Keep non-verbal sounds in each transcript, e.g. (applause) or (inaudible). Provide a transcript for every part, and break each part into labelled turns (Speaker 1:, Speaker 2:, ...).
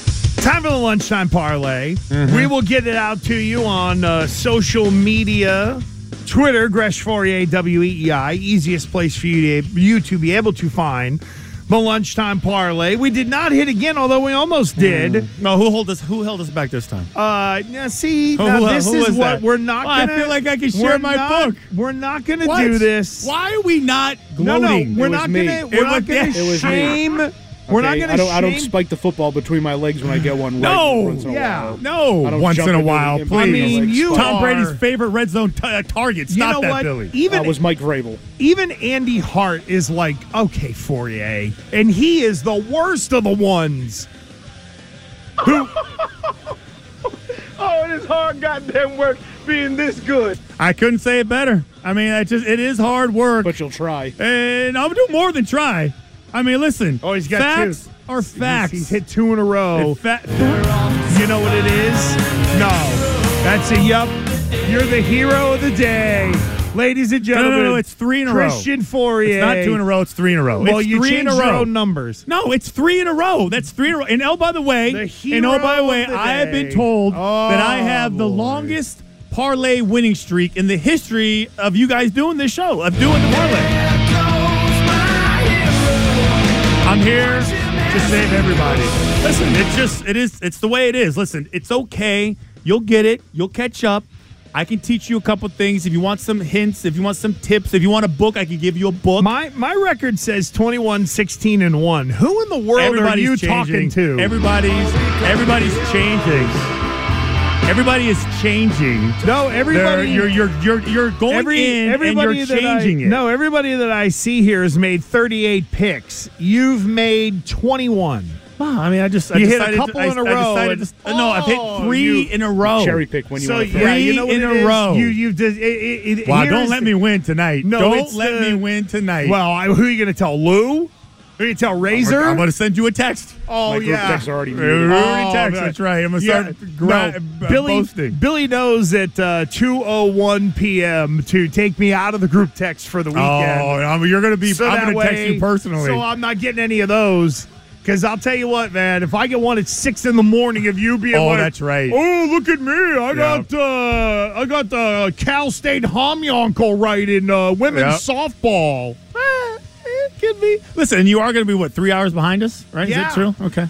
Speaker 1: for the lunchtime parlay.
Speaker 2: Mm-hmm.
Speaker 1: We will get it out to you on uh, social media. Twitter, Gresh Fourier, W E E I, easiest place for you to, you to be able to find the lunchtime parlay. We did not hit again, although we
Speaker 2: Hmm.
Speaker 1: almost did.
Speaker 2: No, who hold us? Who held us back this time?
Speaker 1: Uh, now see,
Speaker 2: (laughs) Who-
Speaker 1: now
Speaker 2: who-
Speaker 1: this
Speaker 2: who
Speaker 1: is
Speaker 2: is
Speaker 1: what
Speaker 2: that?
Speaker 1: we're not.
Speaker 2: Oh, I
Speaker 1: gonna,
Speaker 2: feel like I can share
Speaker 1: we're
Speaker 2: my
Speaker 1: not-
Speaker 2: book.
Speaker 1: We're not going to do this.
Speaker 2: Why are we not
Speaker 1: No, no,
Speaker 2: gloating?
Speaker 1: we're
Speaker 3: It was
Speaker 1: not
Speaker 3: me.
Speaker 1: going to.
Speaker 2: It
Speaker 1: We're
Speaker 2: was
Speaker 1: not going
Speaker 2: me.
Speaker 1: to
Speaker 2: It was
Speaker 3: me.
Speaker 1: shame. We're not
Speaker 3: Okay,
Speaker 1: going
Speaker 3: I
Speaker 1: to
Speaker 3: don't,
Speaker 1: shame.
Speaker 3: I don't spike the football between my legs when I get one.
Speaker 2: No,
Speaker 3: Once in a
Speaker 1: yeah.
Speaker 3: while. I
Speaker 2: No.
Speaker 3: don't
Speaker 4: Once
Speaker 3: jump
Speaker 4: in a
Speaker 3: into
Speaker 4: while,
Speaker 3: the
Speaker 4: please.
Speaker 3: impact
Speaker 4: I mean,
Speaker 3: legs.
Speaker 1: you
Speaker 2: Tom
Speaker 1: are-
Speaker 2: Brady's favorite red zone t- uh, targets.
Speaker 1: You
Speaker 2: not
Speaker 1: know
Speaker 2: that
Speaker 1: what?
Speaker 2: Billy.
Speaker 1: Even
Speaker 3: Uh, was Mike Vrabel.
Speaker 1: even Andy Hart is like, okay, Fourier, and he is the worst of the
Speaker 3: (laughs)
Speaker 1: ones.
Speaker 5: Oh, it is hard goddamn work being this good.
Speaker 2: I couldn't say it better. I mean, it just it is hard work,
Speaker 3: But you'll try.
Speaker 2: and I'm do more than try. I mean, listen.
Speaker 1: Oh, he's got
Speaker 2: facts
Speaker 1: two.
Speaker 2: are facts.
Speaker 1: He's, he's hit two in a row.
Speaker 2: If fa-
Speaker 1: you know what it is? No, that's a yup. You're the hero of the day, ladies and
Speaker 2: no, no,
Speaker 1: gentlemen.
Speaker 2: no, It's three in a row.
Speaker 1: Christian Fourier.
Speaker 2: It's not two in a row. It's three in a row.
Speaker 1: Well,
Speaker 2: it's
Speaker 1: you
Speaker 2: three in
Speaker 1: changed
Speaker 2: a
Speaker 1: your
Speaker 2: row.
Speaker 1: own numbers.
Speaker 2: No, it's three in a row. That's three in a row. And oh, by the way,
Speaker 1: The
Speaker 2: and
Speaker 1: hero
Speaker 2: oh, by the way,
Speaker 1: of the
Speaker 2: I have been
Speaker 1: day.
Speaker 2: told that I
Speaker 1: Oh,
Speaker 2: have the
Speaker 1: boy.
Speaker 2: longest parlay winning streak in the history of you guys doing this show, of doing the parlay. I'm here to save everybody. Listen, it's just, it is, it's the way it is. Listen, it's okay. You'll get it. You'll catch up. I can teach you a couple things. If you want some hints, if you want some tips, if you want a book, I can give you a book.
Speaker 1: My my record says 21, 16, and one. Who in the world are you talking
Speaker 2: changing.
Speaker 1: to?
Speaker 2: Everybody's everybody's changing. Everybody is changing.
Speaker 1: no,
Speaker 2: They're-
Speaker 1: everybody.
Speaker 2: You're you're you're you're going in
Speaker 1: everybody
Speaker 2: and
Speaker 1: that
Speaker 2: you're changing
Speaker 1: I,
Speaker 2: it.
Speaker 1: No, everybody that I see here has made 38 picks. You've made 21.
Speaker 2: Wow, I mean, I just I
Speaker 1: You hit a
Speaker 2: decided
Speaker 1: couple
Speaker 2: to, I,
Speaker 1: in a
Speaker 2: I
Speaker 1: row
Speaker 2: decided
Speaker 1: and-
Speaker 2: to- no, I've
Speaker 1: Oh,
Speaker 2: hit three
Speaker 1: you-
Speaker 2: in a row.
Speaker 3: Cherry pick when you
Speaker 1: Oh. so
Speaker 3: want to.
Speaker 1: yeah,
Speaker 2: Three
Speaker 1: you know what
Speaker 2: in
Speaker 1: it
Speaker 2: a
Speaker 1: is?
Speaker 2: row.
Speaker 1: You you've just, it, it, it,
Speaker 2: Wow,
Speaker 1: here's
Speaker 2: don't let
Speaker 1: the-
Speaker 2: me win tonight.
Speaker 1: No,
Speaker 2: don't
Speaker 1: it's
Speaker 2: let
Speaker 1: the-
Speaker 2: me win tonight.
Speaker 1: Well, I, who are you going to tell? Lou? Who are you going to tell? Razor?
Speaker 2: I'm going to send you a text.
Speaker 1: oh
Speaker 3: My group
Speaker 1: yeah.
Speaker 3: texts are already
Speaker 2: We
Speaker 3: muted.
Speaker 2: already
Speaker 1: Oh,
Speaker 2: text.
Speaker 1: that-
Speaker 2: That's right. I'm going to
Speaker 1: Yeah,
Speaker 2: start gra-
Speaker 1: no,
Speaker 2: uh,
Speaker 1: Billy,
Speaker 2: boasting.
Speaker 1: Billy knows at uh, 2.01 p.m. to take me out of the group text for the
Speaker 2: Oh,
Speaker 1: weekend.
Speaker 2: I'm- you're going to be.
Speaker 1: So
Speaker 2: I'm
Speaker 1: that
Speaker 2: going to
Speaker 1: way,
Speaker 2: text you personally.
Speaker 1: So I'm not getting any of those. Because I'll tell you what, man, if I get one at six in the morning of you being
Speaker 2: Oh,
Speaker 1: like,
Speaker 2: that's right.
Speaker 1: Oh, look at me! I
Speaker 2: Yeah.
Speaker 1: got uh, I got the Cal State Homyonko right in uh, women's softball. (laughs)
Speaker 2: Eh, eh, could be. Listen, and you are going to be what three hours behind us, right?
Speaker 1: Yeah.
Speaker 2: Is that true? Okay.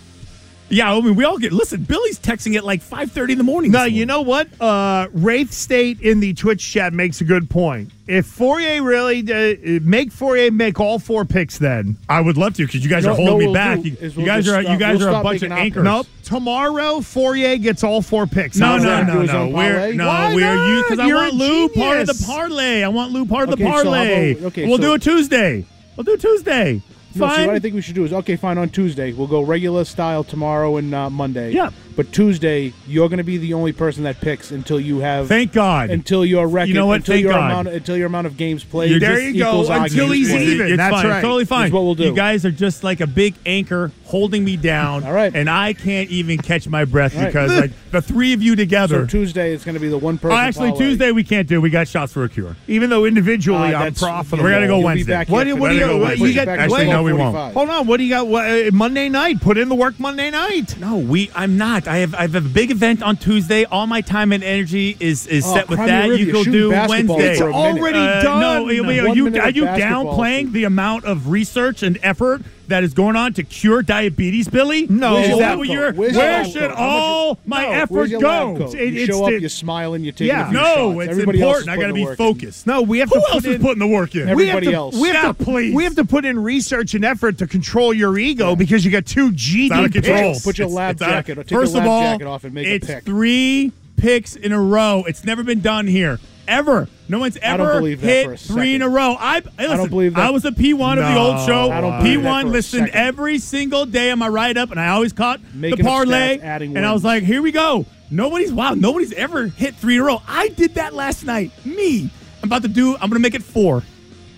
Speaker 2: Yeah, I mean, we all get. Listen, Billy's texting at like five thirty in the morning.
Speaker 1: Now you know what? Uh, Wraith State in the Twitch chat makes a good point. If Fourier really uh, make Fourier make all four picks, then
Speaker 2: I would love to because you guys
Speaker 3: No,
Speaker 2: are holding
Speaker 3: no,
Speaker 2: me
Speaker 3: we'll
Speaker 2: back.
Speaker 3: do
Speaker 2: You,
Speaker 3: is
Speaker 2: you
Speaker 3: we'll
Speaker 2: guys
Speaker 3: just
Speaker 2: are
Speaker 3: stop-
Speaker 2: you guys
Speaker 3: we'll
Speaker 2: are a
Speaker 3: stop
Speaker 2: bunch of
Speaker 3: making offers.
Speaker 2: anchors.
Speaker 1: nope. Tomorrow Fourier gets all four picks.
Speaker 2: No,
Speaker 1: How's
Speaker 2: no,
Speaker 1: that?
Speaker 2: no,
Speaker 3: Do his
Speaker 2: no.
Speaker 3: own
Speaker 2: We're
Speaker 3: parlay?
Speaker 2: no,
Speaker 1: Why
Speaker 2: we're you because I
Speaker 1: not?
Speaker 2: want
Speaker 1: You're a
Speaker 2: Lou part of the
Speaker 1: genius.
Speaker 2: parlay. I want Lou part of the
Speaker 3: Okay, so how about-
Speaker 2: parlay.
Speaker 3: okay,
Speaker 2: we'll
Speaker 3: so-
Speaker 2: do it Tuesday. We'll do Tuesday.
Speaker 3: No, see,
Speaker 2: Fine.
Speaker 3: what I think we should do is okay, fine. On Tuesday, we'll go regular style tomorrow and uh, Monday.
Speaker 2: Yeah.
Speaker 3: But Tuesday, you're going to be the only person that picks until you have
Speaker 2: Thank God.
Speaker 3: until your record.
Speaker 2: You know what?
Speaker 3: Until
Speaker 2: Thank
Speaker 3: your
Speaker 2: God.
Speaker 3: amount until your amount of games played.
Speaker 2: You're
Speaker 1: There
Speaker 2: just
Speaker 1: you go.
Speaker 3: equals our
Speaker 1: Until
Speaker 3: games
Speaker 1: he's
Speaker 3: played.
Speaker 1: even.
Speaker 2: It's
Speaker 1: That's
Speaker 2: fine.
Speaker 1: right.
Speaker 2: Totally fine.
Speaker 3: That's what we'll do.
Speaker 2: You guys are just like a big anchor holding me down.
Speaker 3: All right.
Speaker 2: And I can't even catch my breath
Speaker 3: right.
Speaker 2: because like the three of you
Speaker 3: So
Speaker 2: together.
Speaker 3: Tuesday, it's going to be the one
Speaker 2: oh,
Speaker 3: person.
Speaker 2: actually,
Speaker 3: parlay.
Speaker 2: Tuesday we can't do. We got shots for a cure.
Speaker 1: Even though individually
Speaker 3: Uh,
Speaker 1: I'm
Speaker 3: that's-
Speaker 1: profitable.
Speaker 2: Ah, We're gonna go
Speaker 3: You'll be
Speaker 2: Wednesday.
Speaker 3: back
Speaker 1: What
Speaker 3: here
Speaker 1: do- what
Speaker 3: for
Speaker 1: do
Speaker 3: the-
Speaker 1: you-
Speaker 3: we're
Speaker 1: what-
Speaker 3: gonna
Speaker 1: you
Speaker 3: push it
Speaker 1: got-
Speaker 3: back to
Speaker 1: wait.
Speaker 2: No, we won't.
Speaker 3: 12:45.
Speaker 1: Hold on. What do you got? What, uh, Monday night. Put in the work Monday night.
Speaker 2: No, we. I'm not. I have. I have a big event on Tuesday. All my time and energy is is
Speaker 3: Oh,
Speaker 2: set with
Speaker 3: Crimea
Speaker 2: that.
Speaker 3: River,
Speaker 2: You go
Speaker 3: shooting
Speaker 2: do
Speaker 3: basketball
Speaker 2: Wednesday. Uh,
Speaker 3: It's for a minute. already
Speaker 1: done.
Speaker 2: No, you- you-
Speaker 3: One
Speaker 2: you-
Speaker 3: minute
Speaker 2: are
Speaker 3: of
Speaker 2: you
Speaker 3: basketball.
Speaker 2: downplaying the amount of research and effort that is going on to cure diabetes, Billy?
Speaker 1: No. Where's
Speaker 2: is
Speaker 1: your
Speaker 2: that
Speaker 1: lab
Speaker 2: what
Speaker 3: coat?
Speaker 2: you're?
Speaker 3: Where's your
Speaker 2: where
Speaker 3: lab
Speaker 2: should
Speaker 3: coat? How much-
Speaker 2: all my
Speaker 1: No,
Speaker 2: effort
Speaker 3: Where's your lab
Speaker 2: go?
Speaker 3: coat?
Speaker 1: It-
Speaker 3: you
Speaker 1: it's
Speaker 3: show up,
Speaker 1: the-
Speaker 3: you smile, and you take
Speaker 1: Yeah.
Speaker 3: a few
Speaker 2: No,
Speaker 3: shots.
Speaker 2: it's
Speaker 3: Everybody else
Speaker 2: important.
Speaker 3: is
Speaker 2: I
Speaker 3: putting
Speaker 2: got to
Speaker 3: the
Speaker 2: be
Speaker 3: work in.
Speaker 2: focused.
Speaker 1: No, we have
Speaker 2: Who
Speaker 1: to
Speaker 2: else
Speaker 1: put
Speaker 2: is
Speaker 1: in.
Speaker 2: putting the work in?
Speaker 3: Every-
Speaker 1: we have
Speaker 3: Everybody
Speaker 1: to,
Speaker 3: else.
Speaker 1: We have,
Speaker 2: Stop,
Speaker 1: to,
Speaker 2: please.
Speaker 1: we have to put in research and effort to control your ego because you got two GD
Speaker 2: It's out of control.
Speaker 1: picks.
Speaker 3: Put your lab
Speaker 2: out of-
Speaker 3: jacket- take your
Speaker 2: First of
Speaker 3: lab
Speaker 2: all,
Speaker 3: jacket off and make a
Speaker 2: it's
Speaker 3: pick.
Speaker 2: three picks in a row. It's never been done here ever. No one's
Speaker 3: I
Speaker 2: ever
Speaker 3: don't believe that
Speaker 2: hit
Speaker 3: for a
Speaker 2: three in
Speaker 3: second.
Speaker 2: a row. I, hey, listen,
Speaker 3: believe that.
Speaker 2: I was a P1 of the old
Speaker 1: No,
Speaker 2: show.
Speaker 3: I don't believe that for
Speaker 2: P1
Speaker 3: a
Speaker 2: listened
Speaker 3: second.
Speaker 2: every single day on my write up, and I always caught the
Speaker 3: Making up
Speaker 2: parlay.
Speaker 3: stats, adding
Speaker 2: And I was
Speaker 3: wins.
Speaker 2: like, here we go. Nobody's wow. Nobody's ever hit three in a row. I did that last night. Me. I'm about to do. I'm gonna make it four. I'm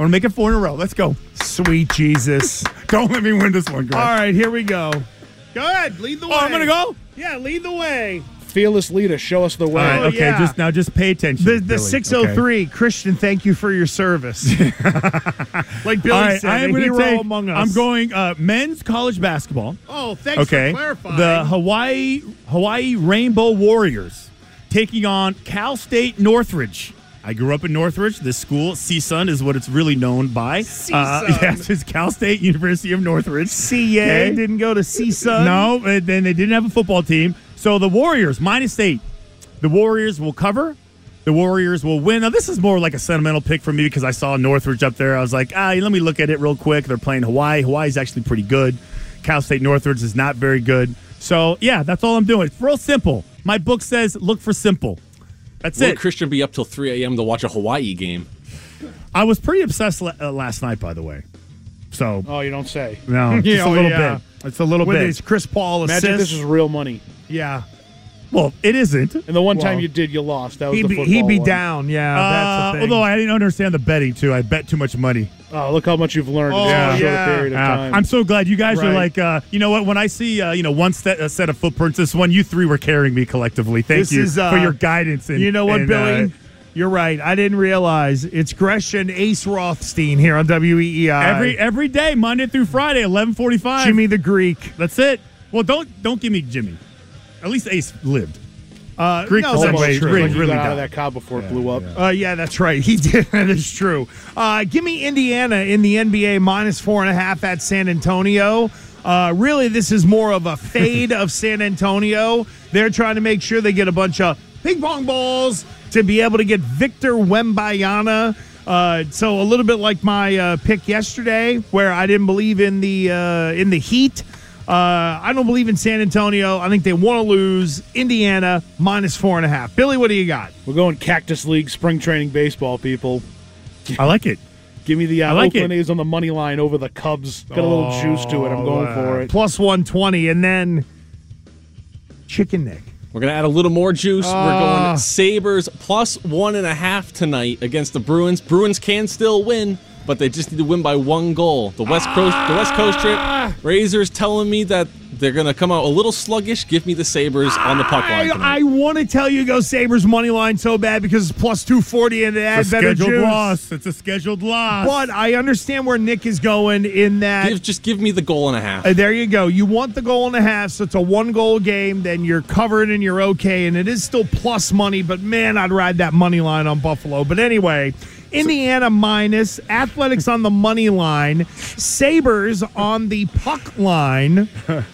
Speaker 2: gonna make it four in a row. Let's
Speaker 3: (laughs)
Speaker 2: go.
Speaker 1: Sweet Jesus.
Speaker 2: Don't let me win this one, Greg.
Speaker 1: All right, here we go. Go ahead. Lead the way.
Speaker 2: Oh, I'm gonna go.
Speaker 1: Yeah, lead the way.
Speaker 3: fearless leader, show us the way.
Speaker 2: All right,
Speaker 1: Oh,
Speaker 2: okay,
Speaker 1: yeah.
Speaker 2: just now just pay attention.
Speaker 1: The, oh
Speaker 2: Billy,
Speaker 1: the 603, Christian, thank you for your service. (laughs) like Billy
Speaker 2: Okay? All right,
Speaker 1: said,
Speaker 2: I am
Speaker 1: a
Speaker 2: going to
Speaker 1: hero
Speaker 2: take.
Speaker 1: among us.
Speaker 2: I'm going uh, men's college basketball.
Speaker 1: Oh, thanks
Speaker 2: Okay, the Hawaii Hawaii Rainbow Warriors taking on Cal State Northridge. I grew up in Northridge. This school, CSUN, is what it's really known by. Uh,
Speaker 1: CSUN.
Speaker 2: (laughs) yes, it's Cal State University of Northridge.
Speaker 1: CA
Speaker 2: Okay.
Speaker 1: didn't go to CSUN.
Speaker 2: No, and then they didn't have a football team. So the Warriors minus eight. The Warriors will cover. The Warriors will win. Now this is more like a sentimental pick for me because I saw Northridge up there. I was like, ah, let me look at it real quick. They're playing Hawaii. Hawaii's actually pretty good. Cal State Northridge is not very good. So yeah, that's all I'm doing. It's real simple. My book says look for simple. That's
Speaker 4: Will
Speaker 2: it.
Speaker 4: Christian be up till 3 a.m. to watch a Hawaii game?
Speaker 2: I was pretty obsessed la- uh, last night, by the way. So
Speaker 3: Oh, you don't say.
Speaker 1: (laughs)
Speaker 2: no, just
Speaker 1: Yeah,
Speaker 2: a
Speaker 1: oh,
Speaker 2: little
Speaker 1: yeah.
Speaker 2: bit. It's a little
Speaker 1: With
Speaker 2: bit.
Speaker 1: his Chris Paul assist.
Speaker 3: Imagine if this is real money.
Speaker 1: yeah.
Speaker 2: well, it isn't.
Speaker 3: And the one time
Speaker 1: Well,
Speaker 3: you did, you lost. That was
Speaker 1: He'd
Speaker 3: the
Speaker 1: be,
Speaker 3: football
Speaker 1: he'd be
Speaker 3: one.
Speaker 1: down. Yeah.
Speaker 2: Uh,
Speaker 1: that's the thing.
Speaker 2: although I didn't understand the betting too. I bet too much money.
Speaker 3: Oh, look how much you've learned in
Speaker 1: Oh,
Speaker 3: such a
Speaker 1: yeah.
Speaker 3: short period of
Speaker 2: Uh,
Speaker 3: time.
Speaker 2: I'm so glad you guys are
Speaker 1: Right.
Speaker 2: like, uh, you know what? When I see, uh, you know, one set, a set of footprints, this one, you three were carrying me collectively. Thank
Speaker 1: This
Speaker 2: you
Speaker 1: is, uh,
Speaker 2: for your guidance. And
Speaker 1: you know what,
Speaker 2: and,
Speaker 1: Billy?
Speaker 2: uh,
Speaker 1: You're right. I didn't realize it's Gresham Ace Rothstein here on E WEEI.
Speaker 2: every every day, Monday through Friday, 11:45.
Speaker 1: Jimmy the Greek.
Speaker 2: that's it. Well, don't don't give me Jimmy. At least Ace lived.
Speaker 1: Uh,
Speaker 2: Greek
Speaker 1: no,
Speaker 2: was
Speaker 1: that's
Speaker 2: always
Speaker 1: true.
Speaker 2: Greek.
Speaker 3: When you
Speaker 2: really
Speaker 3: got out of
Speaker 2: down.
Speaker 3: that car before it blew up.
Speaker 1: Uh, yeah, that's right. He (laughs) did. That is true. Uh, give me Indiana in the NBA minus four and a half at San Antonio. Uh, really, this is more
Speaker 2: (laughs)
Speaker 1: of a fade of San Antonio. They're trying to make sure they get a bunch of ping pong balls to be able to get Victor Wembayana. Uh, so a little bit like my uh, pick yesterday, where I didn't believe in the uh, in the Heat. Uh, I don't believe in San Antonio. I think they want to lose. Indiana minus four and a half. Billy, what do you got?
Speaker 3: We're going Cactus League spring training baseball, people.
Speaker 2: I like it.
Speaker 3: Give me the uh,
Speaker 2: like
Speaker 3: Oakland
Speaker 2: it.
Speaker 3: A's on the money line over the Cubs. Got a little juice to
Speaker 2: Oh,
Speaker 3: it. I'm going for it.
Speaker 1: Plus 120, and then chicken neck.
Speaker 4: We're going to add a little more juice. We're
Speaker 2: Ah.
Speaker 4: going Sabres plus one and a half tonight against the Bruins. Bruins can still win, but they just need to win by one goal. The West Coast the West Coast
Speaker 2: Ah.
Speaker 4: trip. Razor's telling me that they're going to come out a little sluggish. Give me the Sabres on the puck line.
Speaker 1: I,
Speaker 4: tonight.
Speaker 1: I want to tell you go Sabres money line so bad because it's plus 240 and it
Speaker 2: It's
Speaker 1: adds
Speaker 2: a
Speaker 1: better
Speaker 2: scheduled
Speaker 1: juice.
Speaker 2: loss. It's a scheduled loss.
Speaker 1: But I understand where Nick is going in that.
Speaker 4: Give, just give me the goal and a half.
Speaker 1: Uh, there you go. You want the goal and a half, so it's a one goal game. Then you're covered and you're okay. And it is still plus money, but man, I'd ride that money line on Buffalo. But anyway, Indiana minus, Athletics on the money line, Sabres on the puck
Speaker 2: (laughs)
Speaker 1: line, and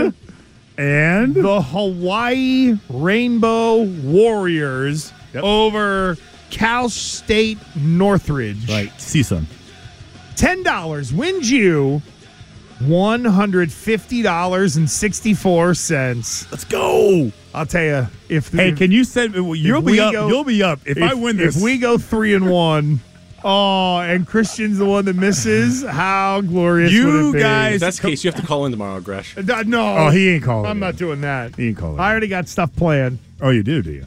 Speaker 2: and and
Speaker 1: the Hawaii Rainbow Warriors
Speaker 2: Yep.
Speaker 1: over Cal State Northridge.
Speaker 2: CSUN.
Speaker 1: Ten dollars wins you one hundred fifty dollars and sixty four cents.
Speaker 2: Let's go.
Speaker 1: I'll tell you if
Speaker 2: Hey,
Speaker 1: if-
Speaker 2: can you send? well, You'll
Speaker 1: we
Speaker 2: be up.
Speaker 1: go-
Speaker 2: you'll be up if, I win this.
Speaker 1: if we go three and one. (laughs) Oh, and Christian's the one that misses. How glorious!
Speaker 2: You
Speaker 1: would it be?
Speaker 2: guys-
Speaker 4: If that's the case, you have to call in tomorrow, Gresh.
Speaker 1: Uh, no.
Speaker 2: oh, he ain't calling.
Speaker 1: I'm
Speaker 2: it.
Speaker 1: not doing that.
Speaker 2: He ain't calling.
Speaker 1: I
Speaker 2: it.
Speaker 1: already got stuff planned.
Speaker 2: Oh, you do, do you?